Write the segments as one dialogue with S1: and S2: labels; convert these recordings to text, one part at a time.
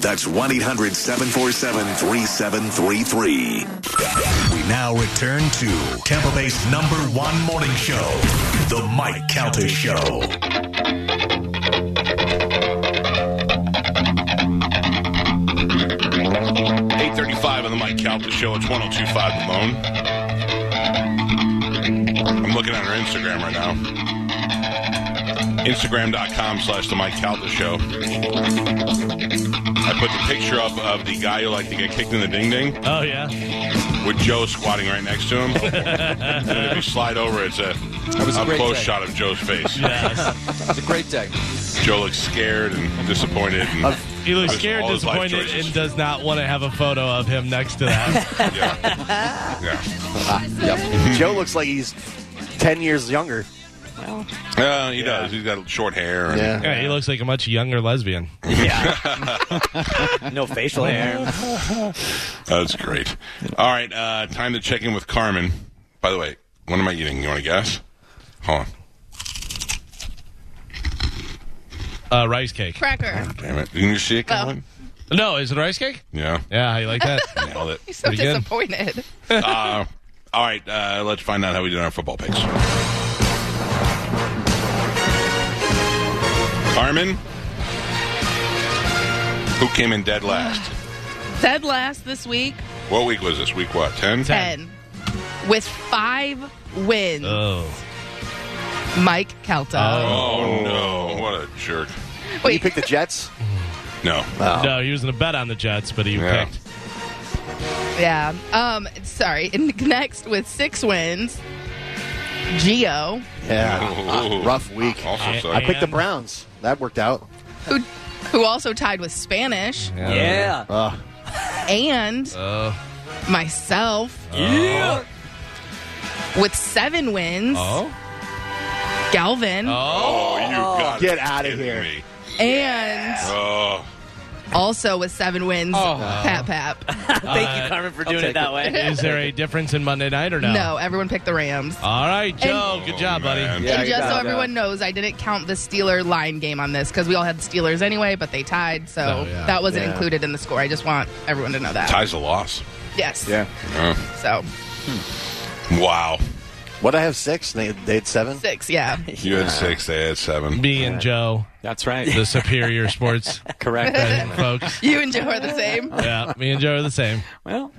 S1: That's 1 800 747 3733. We now return to Tampa Bay's number one morning show, The Mike Calter Show.
S2: Eight thirty-five on the Mike Calta Show. It's one zero two five Malone. I'm looking at her Instagram right now. Instagram.com slash the Mike Calta Show. I put the picture up of the guy who liked to get kicked in the ding ding
S3: Oh yeah.
S2: with Joe squatting right next to him. and if you slide over, it's a
S4: was a
S2: up
S4: great
S2: close
S4: day.
S2: shot of Joe's face.
S3: Yes.
S4: It's a great day.
S2: Joe looks scared and disappointed. And,
S3: He looks
S2: All
S3: scared,
S2: his life
S3: disappointed,
S2: choices.
S3: and does not want to have a photo of him next to that.
S2: yeah. yeah.
S5: Joe looks like he's ten years younger.
S2: Uh, he does. He's got short hair. And,
S5: Yeah.
S3: yeah, he looks like a much younger lesbian.
S6: No facial hair.
S2: That's great. All right, uh, time to check in with Carmen. By the way, what am I eating? You want to guess? Hold on.
S3: Uh, rice cake.
S7: Cracker.
S2: Damn it. Didn't you see it, Carmen?
S3: No, is it rice cake?
S2: Yeah.
S3: Yeah, how you like that?
S2: Nailed it.
S7: He's so
S3: Pretty good.
S7: disappointed.
S2: Uh, all right, uh, let's find out how we did on our football picks. Carmen? Who came in dead last?
S7: Dead last this week,
S2: What week was this? Week what? 10?
S7: 10. With five wins,
S3: oh.
S7: Mike Calta.
S2: Oh, no. What a jerk.
S5: You
S3: Oh.
S7: Wait,
S5: picked the Jets.
S2: No.
S3: No, he was in a bet on the Jets, but he
S2: Yeah.
S3: picked.
S7: yeah. Um, sorry. And next with six wins, Geo,
S2: Ooh.
S5: Yeah, rough week.
S2: Also
S3: I-
S2: sucked.
S5: I picked the
S3: And-
S5: Browns. That worked out.
S7: who who also tied with Spanish,
S6: Yeah.
S5: Uh,
S7: and
S3: uh,
S7: myself
S6: Yeah.
S7: with seven wins,
S3: Oh.
S7: Galvin,
S2: Oh, you got
S5: Get outta
S2: kidding
S5: here.
S2: me.
S7: and
S2: Oh,
S7: also with seven wins,
S3: Oh.
S7: Pat Pap.
S6: Thank you, Carmen, for doing it that way.
S3: Uh, Is there a difference in Monday night or no?
S7: No. everyone picked the Rams.
S3: All right, Joe. Oh, good job, buddy.
S2: Oh, man.
S5: Yeah,
S7: and
S5: you
S7: just
S5: got
S7: so
S5: it.
S7: everyone knows, I didn't count the Steeler line game on this because we all had the Steelers anyway, but they tied, so
S3: Oh, yeah.
S7: that wasn't
S5: Yeah.
S7: included in the score. I just want everyone to know that.
S2: Ties a loss.
S7: Yes.
S5: yeah.
S2: Oh.
S7: So
S2: Wow.
S5: What I have six. They, they had seven.
S7: six, yeah.
S2: You had six, they had seven.
S3: Me and Joe,
S6: That's right.
S3: the superior sports
S6: Correct.
S3: betting folks.
S7: You and Joe are the same.
S3: Yeah, me and Joe are the same.
S6: Well,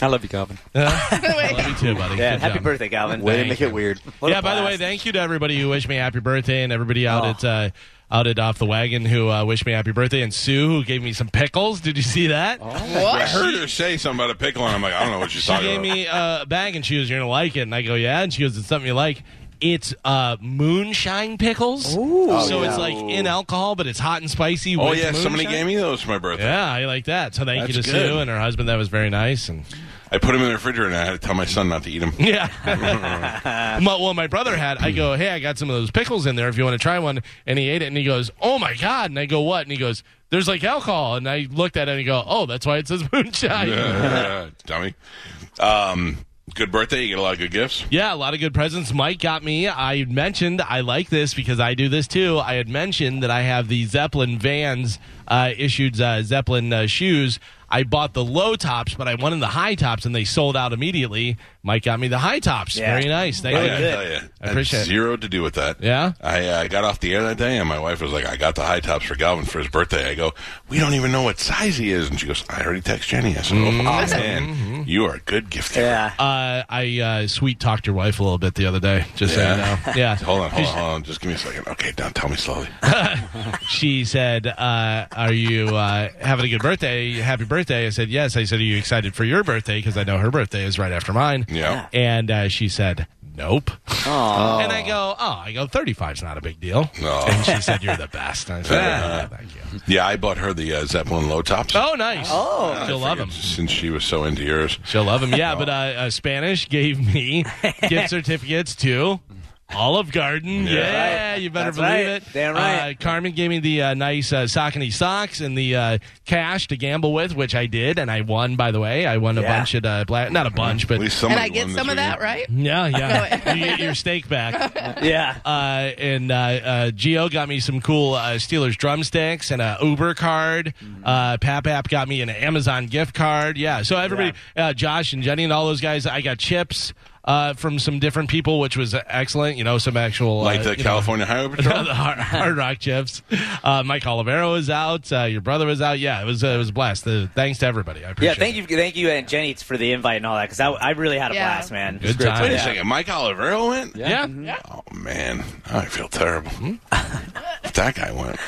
S6: I love you, Calvin.
S3: Yeah.
S7: Wait.
S3: Love you too, buddy.
S6: Yeah.
S3: Good
S6: Happy
S3: job.
S6: birthday, Calvin.
S5: Way to make it weird.
S6: What a
S3: yeah, by the way,
S6: blast.
S3: thank you to everybody who wished me happy birthday and everybody out
S6: Oh.
S3: at uh, out at Off the Wagon who uh, wished me happy birthday and Sue who gave me some pickles. Did you see that?
S2: I
S7: What?
S2: heard her say something about a pickle, and I'm like, I don't know what she's
S3: She
S2: talking
S3: gave
S2: about.
S3: me uh, a bag and she goes, You're going to like it. And I go, Yeah. And she goes, It's something you like. It's uh, moonshine pickles. So it's like in alcohol, but it's hot and spicy.
S2: oh,
S3: with
S2: yeah, somebody
S3: moonshine.
S2: gave me those for my birthday.
S3: Yeah, I like that. So thank you
S2: That's
S3: to
S2: good.
S3: Sue and her husband. That was very nice. And
S2: I put them in the refrigerator, and I had to tell my son not to eat them.
S3: yeah, my, well, my brother had. I go, hey, I got some of those pickles in there. If you want to try one, and he ate it, and he goes, oh my god. And I go, what? And he goes, there's like alcohol. And I looked at it and I go, oh, that's why it says moonshine. Yeah.
S2: Uh, Dummy. Um, good birthday. You get a lot of good gifts.
S3: Yeah, a lot of good presents. Mike got me. I mentioned I like this because I do this too. I had mentioned that I have the Zeppelin Vans uh, issued uh, Zeppelin uh, shoes. I bought the low tops, but I wanted the high tops, and they sold out immediately. Mike got me the high tops.
S6: Yeah.
S3: Very nice. Thank
S6: Really
S3: you.
S2: I
S6: good.
S2: tell you,
S3: I appreciate
S2: had
S3: it.
S2: zero to do with that.
S3: Yeah?
S2: I uh, got off the air that day, and my wife was like, "I got the high tops for Galvin for his birthday." I go, "We don't even know what size he is," and she goes, "I already texted Jenny." I said, "Oh
S3: Mm-hmm.
S2: man, you are a good gift giver."
S6: Yeah.
S3: Uh, I uh, sweet talked your wife a little bit the other day. Just
S2: Yeah.
S3: so you know. Yeah.
S2: Hold on, hold on, hold on. Just give me a second. Okay, now tell me slowly.
S3: she said, uh, "Are you uh, having a good birthday? Happy birthday!" I said, "Yes." I said, "Are you excited for your birthday?" Because I know her birthday is right after mine.
S2: Yeah.
S3: And uh, she said, nope. And I go, oh, I go, 35's not a big deal.
S2: No.
S3: And she said, you're the best. And I said, "Ah, no, thank you.
S2: Oh. Yeah, I bought her the uh, Zeppelin low tops.
S3: Oh, nice. Oh. She'll love him.
S2: Since she was so into yours.
S3: She'll love him. Yeah, but uh, uh, Spanish gave me gift certificates to Olive Garden. Yeah, you better
S6: That's
S3: believe it.
S6: right. Damn
S3: Uh,
S6: right.
S3: Carmen gave me the uh, nice uh, Saucony socks and the uh, cash to gamble with, which I did, and I won. By the way, I won a
S6: Yeah.
S3: bunch at uh, black, not a bunch, but
S2: At least
S7: And
S2: somebody
S7: I get
S2: won
S7: some
S2: this
S7: of that,
S2: weekend.
S7: right?
S3: yeah, yeah, you get your steak back.
S6: Yeah.
S3: Uh, and uh, uh, Geo got me some cool uh, Steelers drumsticks and a Uber card.
S6: Mm-hmm.
S3: Uh, Papap got me an Amazon gift card. Yeah, so everybody, Uh, Josh and Jenny and all those guys, I got chips uh, from some different people, which was excellent. You know, some actual
S2: Like
S3: uh,
S2: the
S3: you know,
S2: California Highway Patrol?
S3: the hard, hard rock chips. Uh, Mike Olivero is out. Uh, your brother was out. Yeah, it was uh, it was a blast. Uh, thanks to everybody. I appreciate
S6: Yeah, thank
S3: it.
S6: you, thank you, and Jenny for the invite and all that because I, I really had a
S7: Yeah.
S6: blast, man.
S3: Good time.
S2: Wait a second. Mike Olivero went?
S3: Yeah.
S7: Mm-hmm.
S3: Hmm?
S2: Oh, man. I feel terrible. if that guy went,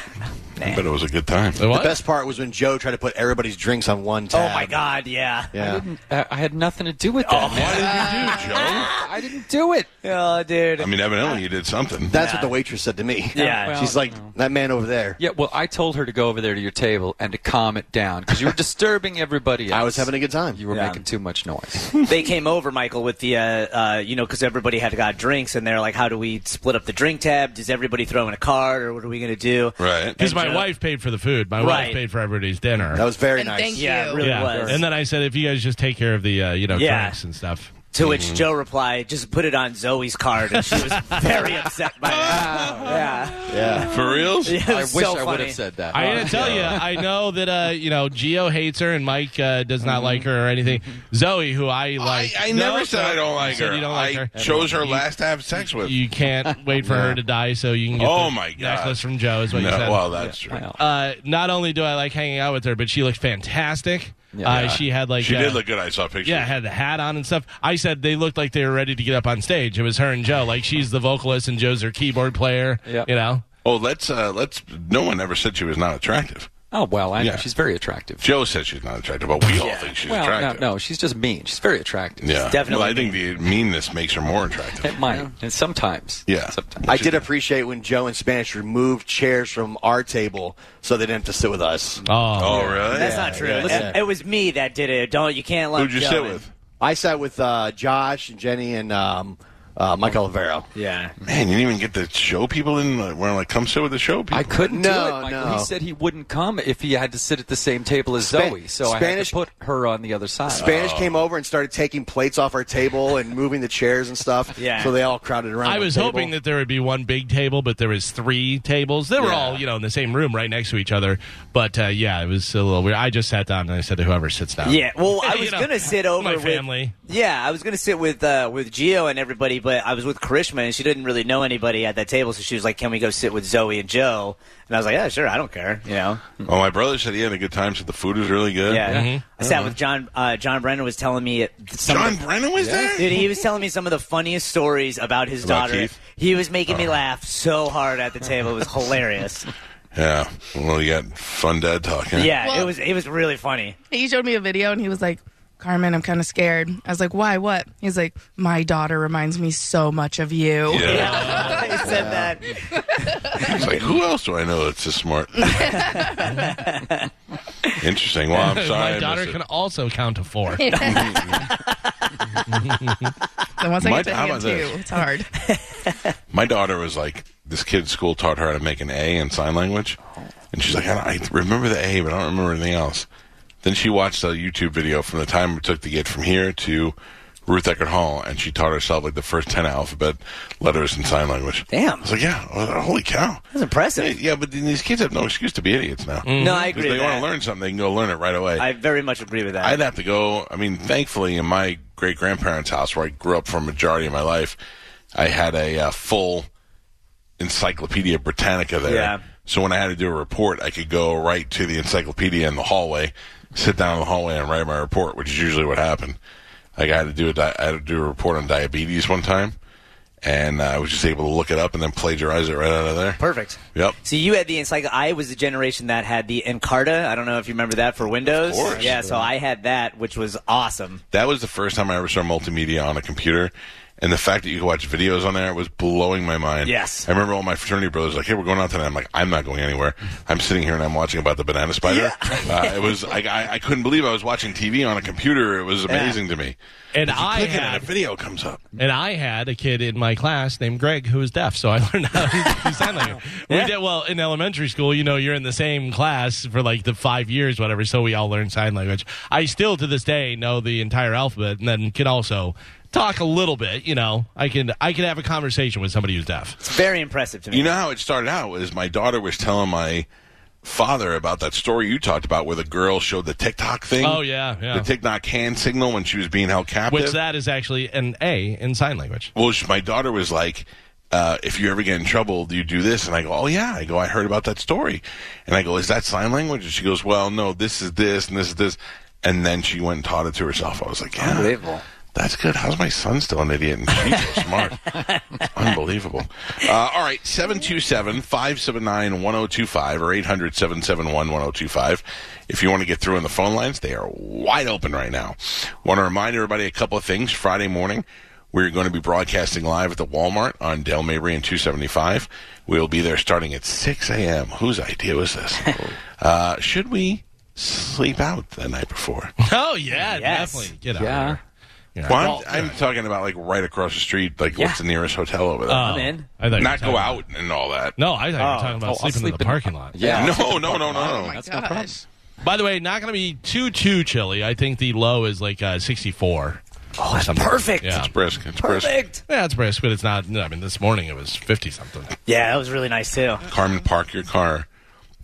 S2: I bet it was a good time.
S3: It was?
S5: The best part was when Joe tried to put everybody's drinks on one
S6: Oh
S5: tab.
S6: my God, yeah.
S5: Yeah.
S4: Uh, I I had nothing to do with that.
S2: Why did you do, Joe?
S4: I didn't do it.
S6: Oh, dude.
S2: I mean, evidently you did something.
S5: That's what the waitress said to me.
S6: Yeah. Well,
S5: She's like, that man over there.
S4: Yeah, well, I told her to go over there to your table and to calm it down because you were disturbing everybody else.
S5: I was having a good time.
S4: You were
S6: Yeah.
S4: making too much noise.
S6: they came over, Michael, with the, uh, uh, you know, because everybody had got drinks, and they're like, how do we split up the drink tab? Does everybody throw in a card, or what are we going to do?
S2: Right.
S3: Because my
S6: Joe-
S3: wife paid for the food. My wife
S6: Right.
S3: paid for everybody's dinner.
S5: that was very
S7: And
S5: nice.
S7: thank
S6: Yeah,
S7: you.
S6: it really
S3: yeah.
S6: was.
S3: And then I said, if you guys just take care of the uh, you know
S6: Yeah.
S3: drinks and stuff.
S6: to which Joe replied, just put it on Zoe's card, and she was very upset by that. Yeah.
S5: yeah.
S2: For reals?
S6: It
S4: I
S6: was
S4: wish
S6: so
S4: I would
S6: funny.
S4: have said that.
S3: I gotta tell you, I know that uh, you know Geo hates her and Mike uh, does not like her or anything. Zoe, who I like,
S2: I, I
S3: No,
S2: never said I don't
S3: you
S2: like
S3: said
S2: her.
S3: You don't like
S2: I
S3: her.
S2: chose her last to have sex with.
S3: You can't wait for her to die so you can get
S2: Oh
S3: the
S2: my God.
S3: necklace from Joe. Is what you
S2: no,
S3: said.
S2: well, that's true.
S4: Well,
S3: uh, not only do I like hanging out with her, but she looked fantastic.
S4: Yeah.
S3: Uh, she had like
S2: She
S3: uh,
S2: did look good. I saw pictures.
S3: Yeah, had the hat on and stuff. I said they looked like they were ready to get up on stage. It was her and Joe. Like she's the vocalist and Joe's her keyboard player.
S4: Yep.
S3: You know.
S2: Oh, let's uh, let's. No one ever said she was not attractive.
S4: oh, well, I
S2: Yeah.
S4: know. She's very attractive.
S2: Joe said she's not attractive, but we all think she's
S4: well,
S2: attractive.
S4: no, no, she's just mean. She's very attractive.
S2: Yeah,
S6: definitely
S2: Well, I think the meanness makes her more attractive.
S4: It might. And sometimes.
S2: Yeah.
S4: Sometimes.
S5: I did appreciate when Joe and Spanish removed chairs from our table so they didn't have to sit with us.
S3: Oh.
S2: Oh, really?
S6: That's not true.
S5: yeah,
S6: Listen,
S5: yeah.
S6: It was me that did it. Don't you can't let
S2: Who'd you
S6: Joe
S2: sit
S6: in.
S2: with?
S5: I sat with uh, Josh and Jenny and um, uh, Mike Olivero.
S6: Yeah.
S2: Man, you didn't even get to show people in. Like, we're like, come sit with the show people.
S4: I couldn't do
S5: No,
S4: it. Michael.
S5: no.
S4: He said he wouldn't come if he had to sit at the same table as
S5: Spa-
S4: Zoe. So I had
S5: Spanish-
S4: to put her on the other side.
S5: Spanish came over and started taking plates off our table and moving the chairs and stuff.
S6: Yeah.
S5: So they all crowded around.
S3: I
S5: the
S3: was
S5: table.
S3: hoping that there would be one big table, but there was three tables. They were all, you know, in the same room right next to each other. But uh, yeah, it was a little weird. I just sat down and I said to whoever sits down.
S6: Yeah, well, I
S3: You
S6: was
S3: know,
S6: gonna sit over
S3: my
S6: with
S3: family.
S6: Yeah, I was gonna sit with uh, with Gio and everybody, but I was with Karishma and she didn't really know anybody at that table, so she was like, "Can we go sit with Zoe and Joe?" And I was like, "Yeah, sure, I don't care." You know?
S2: oh, my brother said he had a good time. Said the food was really good.
S6: Yeah. I
S2: Mm-hmm.
S6: sat with John. Uh, John Brennan was telling me it- some of
S2: John
S6: the-
S2: Brennan was there.
S6: Dude, he was telling me some of the funniest stories about his
S2: About
S6: daughter.
S2: Keith? Oh.
S6: He was making me laugh so hard at the table; it was hilarious.
S2: Yeah. Well, you got fun dad talking.
S6: yeah,
S7: Well-
S6: it was. It was really funny.
S7: He showed me a video and he was like, Carmen, I'm kind of scared. I was like, why? What? He's like, my daughter reminds me so much of you.
S2: Yeah.
S6: he said that.
S2: It's like, who else do I know that's this smart? Interesting.
S6: Oh,
S2: Well, I'm sorry. I
S3: my
S2: missed
S3: daughter
S2: it.
S3: can also count to four.
S7: And once I
S2: My-
S7: get to
S2: how
S7: hand
S2: about this?
S7: two, it's hard.
S2: My daughter was like, this kid at school taught her how to make an A in sign language. And she's like, I, don't, I remember the A, but I don't remember anything else. Then she watched a YouTube video from the time it took to get from here to Ruth Eckert Hall, and she taught herself like the first 10 alphabet letters in sign language. I
S6: Damn,
S2: was like, yeah, well, holy cow.
S6: that's impressive.
S2: Yeah, but then these kids have no excuse to be idiots now.
S3: Mm.
S6: No, I
S2: If
S6: agree.
S2: they
S6: with
S2: want to
S6: that.
S2: learn something, they can go learn it right away.
S6: I very much agree with that.
S2: I'd have to go. I mean, thankfully, in my great grandparents' house where I grew up for a majority of my life, I had a uh, full Encyclopedia Britannica there.
S6: Yeah.
S2: So when I had to do a report, I could go right to the encyclopedia in the hallway, sit down in the hallway, and write my report, which is usually what happened. Like I had to do a di- I had to do a report on diabetes one time, and uh, I was just able to look it up and then plagiarize it right out of there.
S6: Perfect.
S2: Yep.
S6: So you had the encycl. I was the generation that had the Encarta. I don't know if you remember that for Windows.
S2: course.
S6: Yeah. So I had that, which was awesome.
S2: That was the first time I ever saw multimedia on a computer. And the fact that you could watch videos on there was blowing my mind.
S6: Yes.
S2: I remember all my fraternity brothers like, "Hey, we're going out tonight." I'm like, "I'm not going anywhere. I'm sitting here and I'm watching about the banana spider." Uh, it was like I, I couldn't believe I was watching TV on a computer. It was amazing to me.
S3: And
S2: If you
S3: I
S2: click it,
S3: had-
S2: a video comes up.
S3: And I had a kid in my class named Greg who was deaf, so I learned how to do sign language. We did well in elementary school. You know, you're in the same class for like the five years, whatever. So we all learned sign language. I still to this day know the entire alphabet, and then can also talk a little bit. You know, I can I can have a conversation with somebody who's deaf.
S6: It's very impressive to me.
S2: You know how it started out was my daughter was telling my father about that story you talked about where the girl showed the TikTok thing.
S3: Oh, yeah, yeah.
S2: The TikTok hand signal when she was being held captive.
S3: Which that is actually an A in sign language.
S2: Well, sh- my daughter was like, uh, if you ever get in trouble, do you do this? And I go, oh, yeah. I go, I heard about that story. And I go, is that sign language? And she goes, well, no, this is this and this is this. And then she went and taught it to herself. I was like, yeah.
S4: Unbelievable.
S2: That's good. How's my son still an idiot and she's so smart? It's unbelievable. Uh, all right, 727 579 1025 or 800 771 1025. If you want to get through on the phone lines, they are wide open right now. Want to remind everybody a couple of things. Friday morning, we're going to be broadcasting live at the Walmart on Del Mabry and 275. We'll be there starting at 6 a.m. Whose idea was this?
S3: Oh.
S2: uh, should we sleep out the night before?
S3: Oh yeah,
S6: Yes.
S3: definitely. Get out.
S4: Yeah.
S3: Of here. Yeah.
S2: Well, I'm, I'm talking about like right across the street, like what's the nearest hotel over there?
S3: Oh,
S6: I'm in.
S3: I thought you were
S2: Not
S3: talking
S2: go
S3: about-
S2: out and all that.
S3: No, I thought you were talking about
S4: Oh, I'll
S3: sleeping in
S4: sleep
S3: the
S4: in-
S3: parking lot.
S4: Yeah.
S2: No, no, no,
S7: Oh
S2: no.
S7: my
S4: That's no problem.
S7: gosh.
S3: By the way, not going to be too too chilly. I think the low is like uh, 64.
S6: Oh, it's perfect.
S3: Yeah.
S2: It's brisk. It's brisk.
S6: Perfect.
S3: Yeah, it's brisk, but it's not. I mean, this morning it was 50 something.
S6: Yeah, that was really nice too.
S2: Carmen, park your car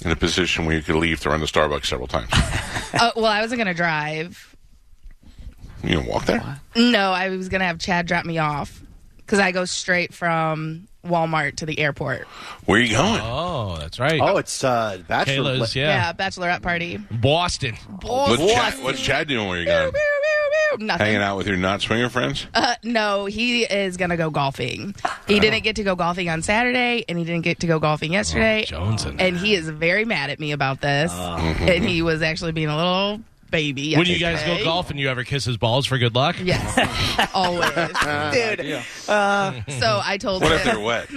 S2: in a position where you could leave to run to Starbucks several times.
S7: Oh, well, I wasn't gonna drive.
S2: you can walk there.
S7: No, I was gonna have Chad drop me off because I go straight from Walmart to the airport.
S2: Where are you going?
S3: Oh, that's right.
S5: Oh, it's uh, Bachelor.
S3: Kayla's,
S7: Yeah,
S3: yeah.
S7: bachelorette party.
S3: Boston.
S7: Boy,
S2: what's, Chad, what's Chad doing where you going?
S7: Nothing.
S2: Hanging out with your not swinger friends?
S7: Uh, no, he is gonna go golfing. He didn't get to go golfing on Saturday, and he didn't get to go golfing yesterday.
S3: Jones in there.
S7: and he is very mad at me about this. And he was actually being a little baby.
S3: When Oh. you guys
S7: yesterday.
S3: go golfing, you ever kiss his balls for good luck?
S7: Yes,
S3: Ah,
S7: always. uh,
S6: Dude,
S7: So I told
S2: What if
S7: him.
S2: they're wet?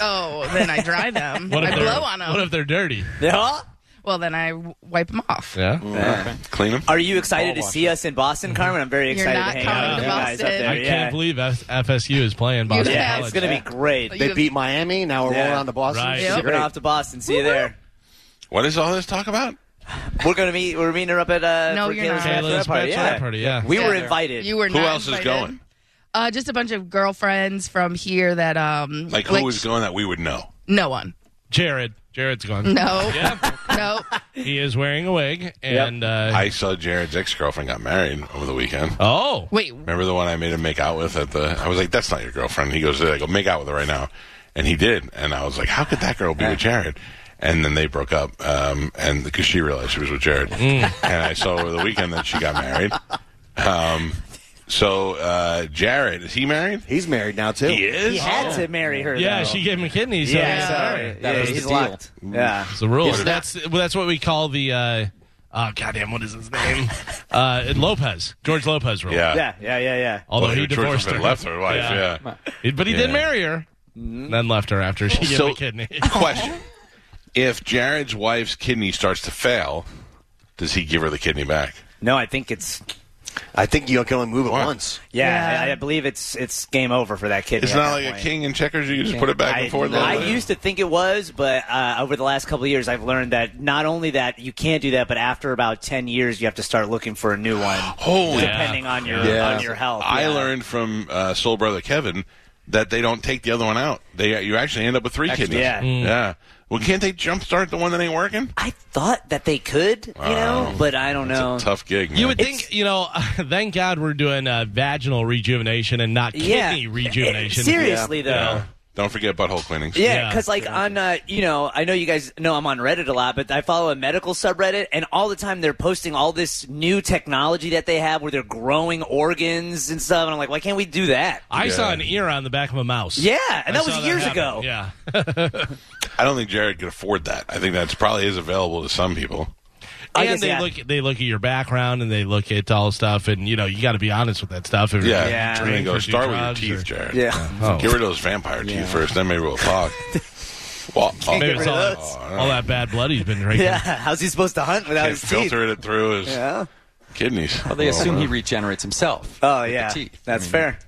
S7: Oh, then I dry them.
S3: What if
S7: I
S3: they're-
S7: blow on them.
S3: What if they're dirty?
S6: Yeah?
S7: well, then I w- wipe them off.
S3: Yeah.
S2: Clean them?
S6: are you excited to see us in Boston, Carmen? I'm very
S7: You're
S6: excited
S7: not
S6: to hang out
S7: coming
S6: with
S7: to
S6: you guys up
S7: Boston?
S6: there.
S3: I
S6: yeah.
S3: can't believe F- FSU is playing Boston
S7: have-
S6: Yeah,
S3: College.
S6: it's gonna be great.
S5: They beat Miami. Now we're
S6: Yeah.
S5: rolling on to Boston.
S3: Right.
S5: This is
S7: Yep.
S6: We're
S5: great.
S6: off to Boston. See you there.
S2: What is all this talk about?
S6: We're gonna meet. We're meeting her up at uh,
S7: No,
S6: for
S7: you're not.
S6: Kayla's
S3: Kayla's
S6: bachelorette party.
S3: bachelorette
S6: Yeah.
S3: party, yeah.
S6: we were
S4: Yeah.
S6: invited.
S7: You were.
S2: Who
S7: not
S2: else is
S7: invited.
S2: going?
S7: Uh, just a bunch of girlfriends from here that um
S2: Like, who is going that we would know?
S7: No one.
S3: Jared. Jared's gone.
S7: No.
S3: Yeah.
S7: No.
S3: He is wearing a wig. And, uh,
S2: I saw Jared's ex girlfriend got married over the weekend.
S3: oh.
S7: Wait.
S2: Remember the one I made him make out with at the? I was like, "That's not your girlfriend." He goes, "I go make out with her right now," and he did. And I was like, "How could that girl be with Jared?" And then they broke up, um, and because she realized she was with Jared, and I saw over the weekend that she got married. Um, so uh, Jared is he married?
S5: He's married now too.
S2: He
S6: He
S2: is.
S6: had to marry her.
S3: Yeah,
S6: though.
S3: she gave him a kidney. So
S6: Yeah,
S3: he's
S6: sorry.
S3: sorry.
S6: Yeah,
S4: was the
S6: he's
S4: deal.
S6: locked. Yeah.
S3: It's the rules. That's well, that's what we call the uh, oh goddamn, what is his name? uh, Lopez, George Lopez rule.
S2: Yeah.
S6: Yeah, yeah, yeah, yeah.
S3: Although
S2: Well,
S3: he
S2: your choice
S3: divorced
S2: was
S3: her,
S2: left her wife. Yeah.
S3: He- but he did
S2: Yeah.
S3: marry her,
S6: Mm-hmm.
S3: and then left her after she gave
S2: So-
S3: him a kidney.
S2: Question: If Jared's wife's kidney starts to fail, does he give her the kidney back?
S6: No, I think it's.
S5: I think you can only move it once.
S6: Yeah,
S7: Yeah.
S6: I, I believe it's it's game over for that kid.
S2: It's
S6: at
S2: not
S6: that
S2: like a
S6: point.
S2: king in checkers. You just put it back
S6: I,
S2: and forth.
S6: I used to think it was, but uh, over the last couple of years, I've learned that not only that you can't do that, but after about ten years, you have to start looking for a new one,
S2: Holy
S6: depending on your
S5: Yeah.
S6: on your health.
S2: I
S6: yeah.
S2: learned from uh, Soul Brother Kevin that they don't take the other one out. They you actually end up with three kidneys.
S6: yeah.
S3: Mm.
S2: yeah. Well, can't they jumpstart the one that ain't working?
S6: I thought that they could, you know, but I don't know.
S2: It's a tough gig. Man.
S3: You would think, you know, thank God we're doing uh, vaginal rejuvenation and not
S6: yeah,
S3: kidney rejuvenation.
S6: Seriously though.
S3: Yeah.
S2: Don't forget butthole cleanings.
S6: Yeah,
S3: Yeah.
S6: because like on uh, you know, I know you guys know I'm on Reddit a lot, but I follow a medical subreddit, and all the time they're posting all this new technology that they have where they're growing organs and stuff. And I'm like, why can't we do that?
S3: I saw an ear on the back of a mouse.
S6: Yeah, and
S3: I
S6: that
S3: saw
S6: was years
S3: happen.
S6: ago.
S3: Yeah.
S2: I don't think Jared could afford that. I think that's probably is available to some people.
S6: I
S3: and
S6: guess,
S3: they
S6: yeah.
S3: look they look at your background and they look at all stuff, and you know you got to be honest with that stuff. If
S2: Yeah,
S3: you're
S6: Yeah.
S2: I'm gonna
S3: training
S2: go
S3: for do
S2: start with your
S3: drugs
S2: teeth,
S3: or-
S2: Jared.
S6: Yeah.
S3: Oh.
S2: Get rid of those vampire teeth first, then maybe we'll talk. well, oh,
S3: Maybe it's all, that, all that bad blood he's been drinking.
S6: Yeah, how's he supposed to hunt without
S2: Can't
S6: his teeth?
S2: filter it through his
S6: Yeah.
S2: kidneys.
S4: Well, they assume he regenerates himself.
S6: Oh
S4: with the
S6: yeah,
S4: teeth. Mm-hmm. I
S6: that's
S4: mean,
S6: fair.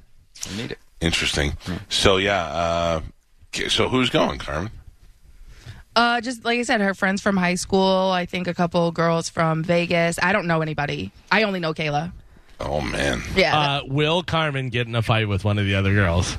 S4: You need it.
S2: Interesting. So yeah. Uh, k- so who's going, Carmen?
S7: Uh, just like I said, her friends from high school. I think a couple girls from Vegas. I don't know anybody. I only know Kayla.
S2: Oh man.
S7: Yeah.
S3: Uh, will Carmen get in a fight with one of the other girls?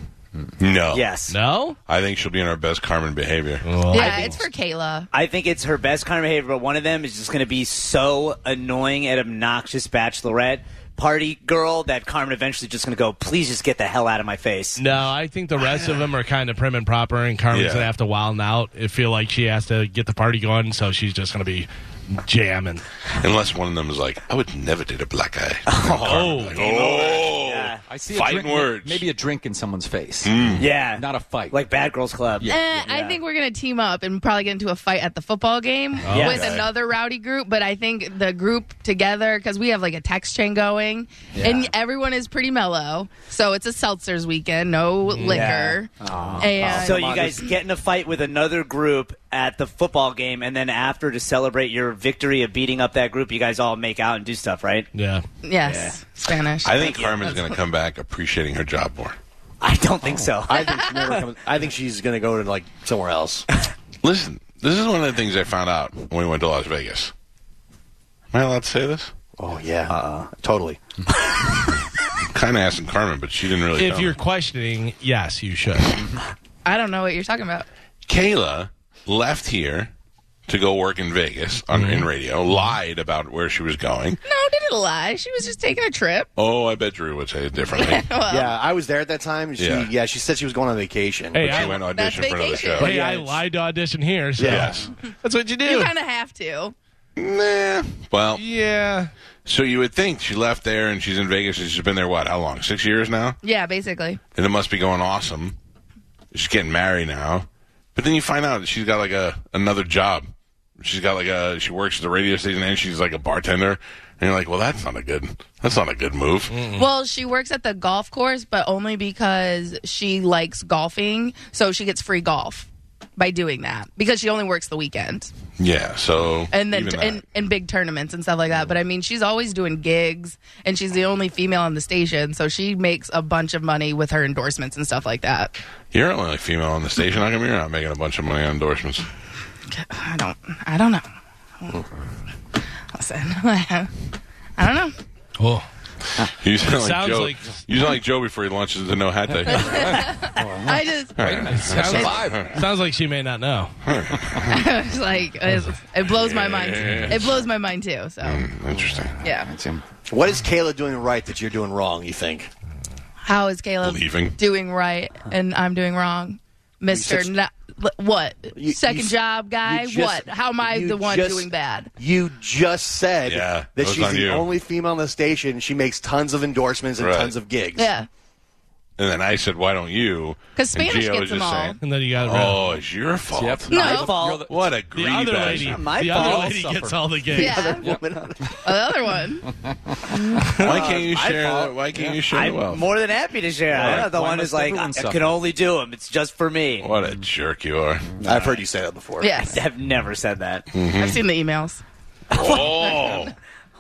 S2: No.
S6: Yes.
S3: Oh, No.
S2: I think she'll be in our best Carmen behavior.
S3: Well,
S7: yeah, it's for Kayla.
S6: I think it's her best kind of behavior, but one of them is just going to be so annoying and obnoxious bachelorette party girl that Carmen eventually just going to go, please just get the hell out of my face.
S3: No, I think the rest of them are kind of prim and proper, and Carmen's
S2: Yeah.
S3: gonna have to wild out. It feel like she has to get the party going, so she's just gonna be jamming.
S2: Unless one of them is like, I would never date a black guy.
S3: Oh,
S2: oh.
S6: Yeah.
S4: I see
S2: Fighting
S4: a drink,
S2: words. Hmm.
S4: Maybe a drink in someone's face.
S3: Mm-hmm.
S6: Yeah.
S4: Not a fight.
S6: Like Bad Girls Club.
S4: Yeah.
S7: Eh, I think we're gonna team up and probably get into a fight at the football game
S6: Yeah.
S7: with
S6: Okay.
S7: another rowdy group. But I think the group together because we have like a text chain going, and everyone is pretty mellow. So it's a seltzers weekend, no liquor, and
S6: So you guys get in a fight with another group at the football game, and then after to celebrate your victory of beating up that group, you guys all make out and do stuff, right?
S3: yeah.
S7: yes, Spanish.
S2: I think Carmen's going to come back appreciating her job more.
S6: I don't
S4: Oh,
S6: think so.
S5: I think, she never comes, I think she's going to go to like somewhere else.
S2: Listen, this is one of the things I found out when we went to Las Vegas. Am I allowed to say this?
S5: Oh yeah, totally.
S2: Kind of asking Carmen, but she didn't really.
S3: If
S2: tell
S3: you're
S2: me.
S3: questioning, yes, you should.
S7: I don't know what you're talking about.
S2: Kayla left here to go work in Vegas on in
S7: Mm-hmm.
S2: radio, lied about where she was going.
S7: No, didn't lie. She was just taking a trip.
S2: Oh, I bet Drew would say it differently.
S5: yeah, I was there at that time. She,
S2: Yeah.
S5: yeah. she said she was going on vacation.
S3: Hey,
S2: she
S3: I,
S2: went
S7: That's
S2: audition for another
S7: vacation.
S2: show.
S3: hey,
S5: yeah,
S3: I
S5: it's-
S3: lied to audition here. So
S2: Yes.
S3: that's what you do.
S7: You kind of have to.
S2: Nah. Well,
S3: yeah.
S2: so you would think she left there and she's in Vegas and she's been there what? How long? Six years now,
S7: Yeah, basically.
S2: and it must be going awesome. She's getting married now, but then you find out that she's got like a another job. She's got like a she works at the radio station and she's like a bartender. And you're like, well, that's not a good that's not a good move.
S7: Well, she works at the golf course, but only because she likes golfing, so she gets free golf by doing that because she only works the weekend
S2: Yeah. So
S7: and then
S2: even
S7: and,
S2: that.
S7: and big tournaments and stuff like that. But I mean, she's always doing gigs, and she's the only female on the station, so she makes a bunch of money with her endorsements and stuff like that.
S2: You're the only female on the station. How come you're not making a bunch of money on endorsements?
S7: I don't, I don't know. Listen, I don't know.
S3: Oh.
S2: You sound like
S3: Sounds
S2: Joe.
S3: like-
S2: you sound like Joe before he launches into no hat day.
S7: I just,
S2: All right.
S3: Sounds, sounds like she may not know.
S7: I was like, it, it blows my mind. It blows my mind too.
S2: Mm.
S7: So
S2: Interesting.
S7: yeah,
S5: What is Kayla doing right that you're doing wrong? You think?
S7: how is Caleb
S2: Leaving.
S7: doing right and I'm doing wrong, Mister?
S5: just-
S7: Na- l- what
S5: You-
S7: second
S5: you-
S7: job guy?
S5: you just-
S7: what? How am I
S5: you
S7: the one
S5: just-
S7: doing bad?
S5: You just said
S2: Yeah, that
S5: that
S2: was
S5: she's
S2: on
S5: the
S2: you.
S5: only female on the station. She makes tons of endorsements and
S2: Right.
S5: tons of gigs.
S7: Yeah,
S2: And then I said, "Why don't you?"
S7: 'Cause
S2: And
S7: Spanish
S2: Gio
S7: gets
S2: was
S7: them
S2: just
S7: all.
S2: saying,
S3: And then you got
S2: Oh, it's your fault.
S4: Yep.
S7: No.
S4: You're the-
S2: What a
S3: the
S2: greedy
S3: other
S2: bastard.
S3: lady.
S6: my
S3: The
S6: fault.
S3: other
S6: I'll
S3: lady
S4: suffer.
S3: gets all the gigs.
S7: yeah. the other one.
S2: Why can't you
S6: my
S2: share?
S6: fault.
S2: that? Why can't you share the
S6: I'm
S2: wealth?
S6: more than happy to share. I'm
S4: Why-
S6: not the
S4: why
S6: one who's
S4: must
S6: like, I,
S4: everyone
S6: I
S4: suffer? Oh.
S6: can only do them. It's just for me.
S2: what a jerk you are!
S5: I've heard you say that before.
S7: Yes,
S6: I have never said that.
S4: Mm.
S7: I've seen the emails.
S2: oh,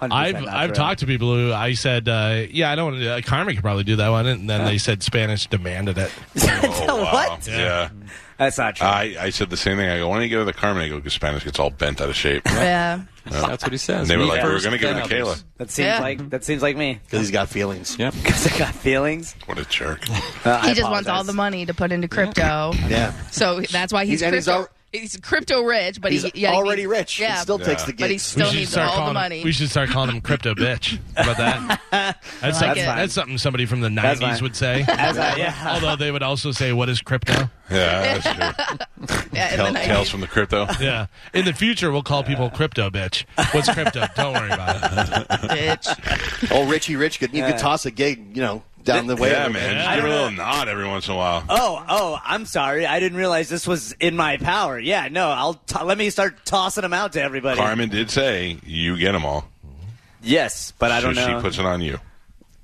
S6: 100%
S3: I've
S6: not
S3: I've
S6: true.
S3: talked to people who I said, uh, yeah, I don't. want to Uh, Carmen could probably do that one, and then they said Spanish demanded it.
S2: Oh, wow.
S6: What?
S2: Yeah,
S6: That's not
S4: Uh,
S6: true.
S2: I, I said the same thing. I go, "Why don't you give her the Carmen?" I go, "Because Spanish gets all bent out of shape."
S7: Yeah,
S4: That's what he says.
S2: And they were
S4: Me
S2: like, "We were
S4: first,
S2: going to give
S4: then
S2: it to Kayla."
S4: others."
S6: that seems
S7: Yeah.
S6: like that seems like me
S5: because he's got feelings.
S4: Yeah.
S6: because I got feelings.
S2: What a jerk!
S6: Uh,
S7: he
S6: I
S7: just wants all
S6: apologize.
S7: the money to put into crypto.
S5: Yeah,
S7: So that's why he's
S5: He's- and he's
S7: crypto,
S5: al-
S7: he's, crypto rich, but
S5: he's
S7: he, yeah,
S5: already
S7: he-
S5: rich.
S7: Yeah,
S5: He still takes
S2: Yeah.
S5: the gigs.
S7: But he still needs all
S3: calling
S7: the
S3: him-
S7: money.
S3: we should start calling him crypto bitch. How about that? That's, something,
S7: it.
S3: that's something somebody from the
S6: That's
S3: '90s
S6: fine.
S3: would say.
S6: As I- Uh, yeah.
S3: Although they would also say, "What is crypto?"
S2: Yeah, that's true.
S7: Yeah, in the
S2: Tell,
S7: 90s.
S2: tales from the crypto.
S3: Yeah. In the future, we'll call people crypto bitch. What's crypto? Don't worry about it.
S7: bitch.
S5: oh, Richie Rich could you could toss a gig, you know, down the way.
S2: yeah, man. Just
S6: I
S2: give her a
S6: don't
S2: little nod every once in a while.
S6: Oh, oh, I'm sorry. I didn't realize this was in my power. Yeah, no, I'll t- let me start tossing them out to everybody.
S2: Carmen did say you get them all,
S6: Yes, but I
S2: so
S6: don't know.
S2: she puts it on you.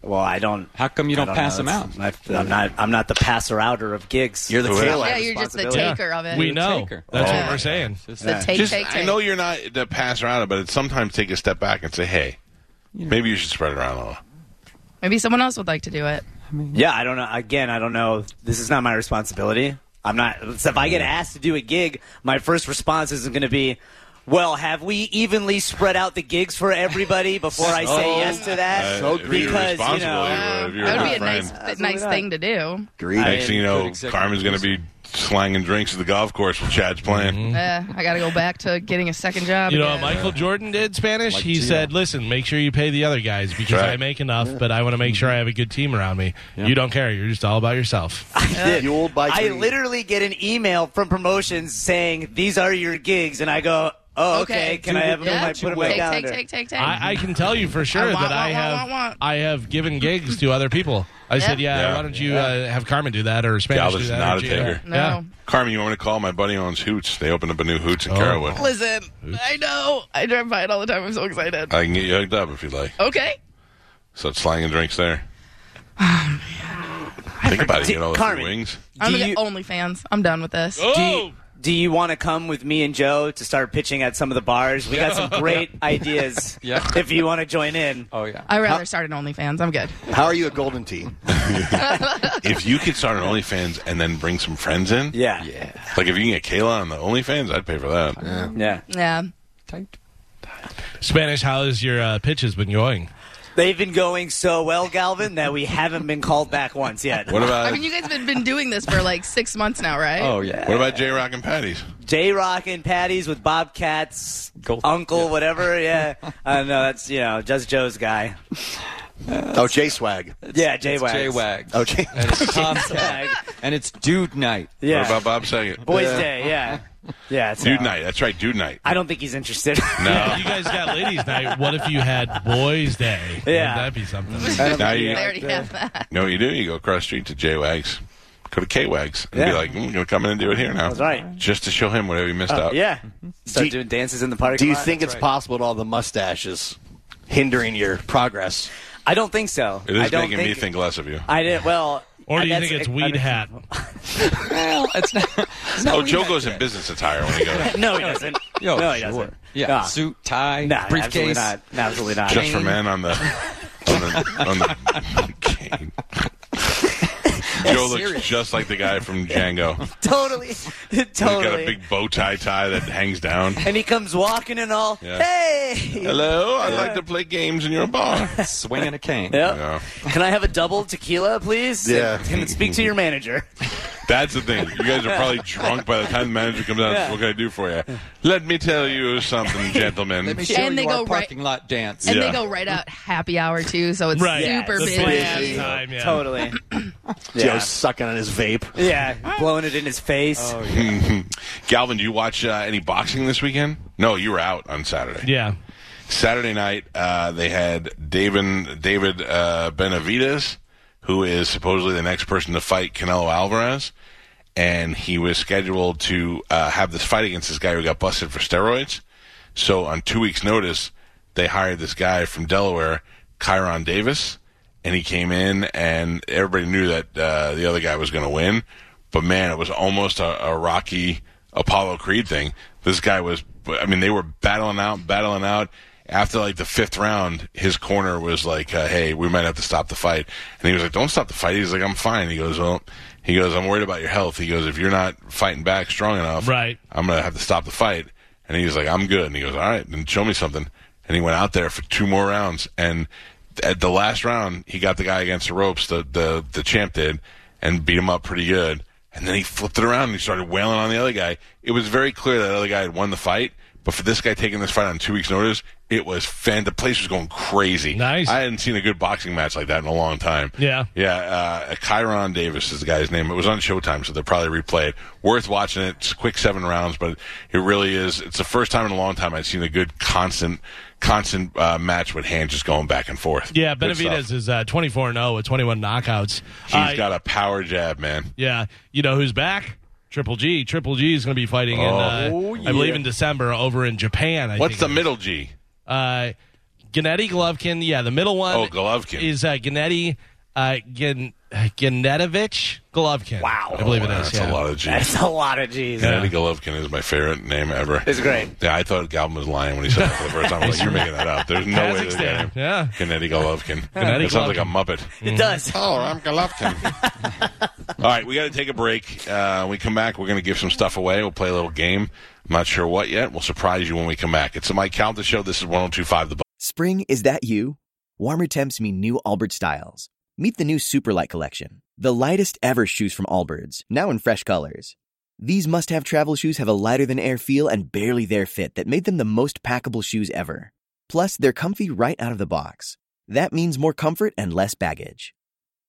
S6: well, I don't.
S4: How come you
S6: I
S4: don't, pass
S6: know.
S4: them out?
S6: It's- I'm not. I'm not the passer outer of gigs.
S5: You're the
S2: Yeah,
S5: tail
S7: yeah, you're just the taker of it.
S3: We know.
S4: taker.
S3: That's
S2: Oh,
S3: what we're saying.
S7: The take,
S2: Just,
S7: take, take.
S2: I know you're not the passer out, but it's sometimes take a step back and say, "Hey, maybe you should spread it around a little."
S7: Maybe someone else would like to do it.
S6: Yeah, I don't know. Again, I don't know. This is not my responsibility. I'm not. So if I get asked to do a gig, my first response isn't going to be, "Well, have we evenly spread out the gigs for everybody?" Before I say yes to that,
S2: Uh, if you're
S6: because you
S2: responsible,
S6: know,
S2: you're- if you're a
S7: that would
S2: good
S7: be a
S2: friend.
S7: nice, nice thing to do.
S6: I-
S2: Next thing you know,
S4: Good executive
S2: Carmen's going to be slanging drinks at the golf course while Chad's playing.
S7: Uh, I got to go back to getting a second job.
S3: You know what
S7: again.
S3: Michael Jordan did Spanish? he
S4: Gio.
S3: said, "Listen, make sure you pay the other guys because
S2: Right.
S3: I make enough, but I want to make sure I have a good team around me. You don't care. You're just all about yourself."
S5: Fueled by
S6: I
S5: greed.
S6: literally get an email from promotions saying these are your gigs, and I go, "Oh, okay. Can I have them?
S7: Yeah.
S6: I put them in my
S7: take,
S6: calendar."
S7: Take, take, take, take.
S3: I, I can tell you for sure
S7: I want,
S3: that I
S7: want,
S3: have
S7: want, want, want.
S3: I have given gigs to other people. I said, "Yeah,
S2: Yeah.
S3: why don't you uh, have Carmen do that or Spanish
S2: Galvin's
S3: do that?"
S2: not
S3: or
S2: a
S3: Gio?"
S2: taker.
S7: no.
S3: Yeah.
S2: Carmen, you want me to call? My buddy owns Hoots. They opened up a new Hoots in
S3: Oh.
S2: Carrollwood.
S7: Listen, I know. I drive by it all the time. I'm so
S6: Uh,
S7: excited.
S2: I can get you hooked up if you'd like.
S7: Okay.
S2: So slanging drinks there. Think about it. You get all the free
S6: Oh, Carmen.
S2: wings.
S7: I'm
S6: Do
S7: gonna
S6: you-
S7: get OnlyFans. I'm done with this.
S3: Oh.
S6: Do you, do you want to come with me and Joe to start pitching at some of the bars? We got some great ideas.
S4: Yeah.
S6: If you want to join in.
S4: Oh yeah.
S7: I'd rather start an OnlyFans. I'm good.
S5: How are you a golden team?
S2: If you could start an OnlyFans and then bring some friends in,
S6: Yeah.
S2: like if you can get Kayla on the OnlyFans, I'd pay for that.
S6: Yeah.
S7: Yeah.
S4: Tight.
S3: Spanish, how has your uh, pitch has been going?
S6: They've been going so well, Galvin, that we haven't been called back once yet.
S2: What about
S7: I mean, you guys have been- been doing this for like six months now, right?
S4: Oh yeah.
S2: what about J Rock and Patties?
S6: J Rock and Patties with Bobcats,
S4: Gold-
S6: Uncle,
S4: yeah.
S6: whatever. Yeah. I don't know. That's, you know, just Joe's guy.
S5: Oh, J Swag.
S6: yeah, J Wags.
S4: J Wags.
S5: Oh, J.
S4: And it's Tomcat.
S6: Wag.
S4: and it's Dude Night.
S6: Yeah.
S2: What about Bob Saget?
S6: Boys Day. Yeah. Yeah. it's,
S2: Dude
S6: uh,
S2: night. That's right, dude night.
S6: I don't think he's interested.
S2: No.
S3: You guys got ladies' night. What if you had boys' day?
S6: Yeah.
S3: Wouldn't that be something.
S2: now
S7: They
S2: you
S7: already have that.
S2: know what you do? You go across the street to J Wags, go to K Wags, and be
S6: Yeah.
S2: like, "I'm gonna come in and do it here now."
S6: That's right. Uh,
S2: Just to show him whatever you missed out.
S6: yeah. Start
S5: Do-
S6: doing dances in the park.
S5: Do you think it's possible at all the mustaches hindering your progress?
S6: I don't think so.
S2: It
S6: I
S2: is
S6: don't
S2: making me think less of you.
S6: I did well.
S3: Or do you
S6: that's-
S3: think it's
S6: I- I
S3: weed
S6: mean-
S3: hat?
S4: Well, it's not. it's not
S2: Oh,
S4: what
S2: Joe
S4: you
S2: goes
S4: meant.
S2: in business attire when he goes.
S6: No, he doesn't.
S4: Yo,
S6: no,
S4: sure.
S6: he doesn't.
S4: Yeah.
S6: Nah.
S4: Suit, tie,
S6: Nah,
S4: briefcase.
S6: Absolutely not. No, Absolutely not.
S2: Just for
S4: Cane.
S2: men on the on the on the cane. Joe looks
S4: Serious.
S2: just like the guy from Django.
S6: totally,
S2: He's got
S6: totally.
S2: a big bow tie tie that hangs down.
S6: and he comes walking and all.
S2: Yeah.
S6: Hey,
S2: Hello, I'd like to play games in your bar.
S4: Swinging a cane.
S6: Yeah.
S2: Yeah.
S6: Can I have a double tequila, please?
S5: Yeah.
S6: And, and speak to your manager.
S2: That's the thing. You guys are probably drunk by the time the manager comes out. and says,
S6: Yeah.
S2: What can I do for you? Let me tell you something, gentlemen.
S4: Let me show
S7: And
S4: you
S7: they
S4: our
S7: go right-
S4: parking lot dance.
S7: And
S2: Yeah.
S7: they go right out happy hour too, so it's
S3: Right.
S7: super
S3: the
S7: busy.
S3: slam time, yeah.
S6: Totally.
S5: Joe
S6: yeah.
S5: sucking on his vape.
S6: yeah. Blowing it in his face.
S2: Oh, Galvin, do you watch uh, any boxing this weekend? No, you were out on Saturday.
S3: Yeah.
S2: Saturday night, uh, they had David David uh, Benavides, who is supposedly the next person to fight Canelo Alvarez, and he was scheduled to uh, have this fight against this guy who got busted for steroids. So on two weeks' notice, they hired this guy from Delaware, Kyron Davis, and he came in, and everybody knew that uh, the other guy was going to win. But man, it was almost a, a Rocky Apollo Creed thing. This guy was, I mean, they were battling out, battling out. After like the fifth round, his corner was like, uh, "Hey, we might have to stop the fight," and he was like, "Don't stop the fight." He's like, "I'm fine." He goes, "Well," he goes, "I'm worried about your health." He goes, "If you're not fighting back strong enough,
S3: Right.
S2: I'm gonna have to stop the fight. And he's like, I'm good. And he goes, All right, then show me something. And he went out there for two more rounds. And at the last round, he got the guy against the ropes. The the the champ did, and beat him up pretty good. And then he flipped it around and he started wailing on the other guy. It was very clear that the other guy had won the fight, But for this guy taking this fight on two weeks' notice, it was fan. The place was going crazy.
S3: Nice.
S2: I hadn't seen a good boxing match like that in a long time.
S3: Yeah.
S2: Yeah. Uh, Chiron Davis is the guy's name. It was on Showtime, so they'll probably replay it. Worth watching it. It's a quick seven rounds, but it really is. It's the first time in a long time I've seen a good constant, constant uh, match with hands just going back and forth.
S3: Yeah,
S2: Good stuff.
S3: Benavidez is uh, 24 0 with 21 knockouts.
S2: He's
S3: Uh,
S2: got a power jab, man.
S3: Yeah, you know who's back? Triple G. Triple G is going to be fighting in, uh,
S2: Oh,
S3: I believe, in December over in Japan. I
S2: What's the
S3: think.
S2: middle G?
S3: Uh, Gennady Golovkin. Yeah, the middle one.
S2: Oh, Golovkin.
S3: is uh, Gennady uh, Gen- Gennatovich Golovkin. Wow, I believe it
S2: Wow, Oh, That's
S3: is. yeah.
S2: a lot of G.
S8: That's a lot of G's.
S2: Gennady Golovkin is my favorite name ever.
S8: It's great.
S2: Yeah, I thought Galvin was lying when he said that for the first time. I was like, you're making that up. There's no way
S3: Kazakhstan,
S2: that's him.
S3: yeah.
S2: Gennady Golovkin.
S3: Gennady
S2: that sounds like a
S3: Golovkin.
S2: Muppet.
S8: It does.
S2: Oh, I'm Golovkin. All right, we got to take a break. Uh, when we come back, we're going to give some stuff away. We'll play a little game. I'm not sure what yet. We'll surprise you when we come back. It's the Mike Calta Show. This is 1025 The
S6: Spring, is that you? Warmer temps mean new Allbirds styles. Meet the new Superlight Collection, the lightest ever shoes from Allbirds, now in fresh colors. These must have travel shoes have a lighter than air feel and barely their fit that made them the most packable shoes ever. Plus, they're comfy right out of the box. That means more comfort and less baggage.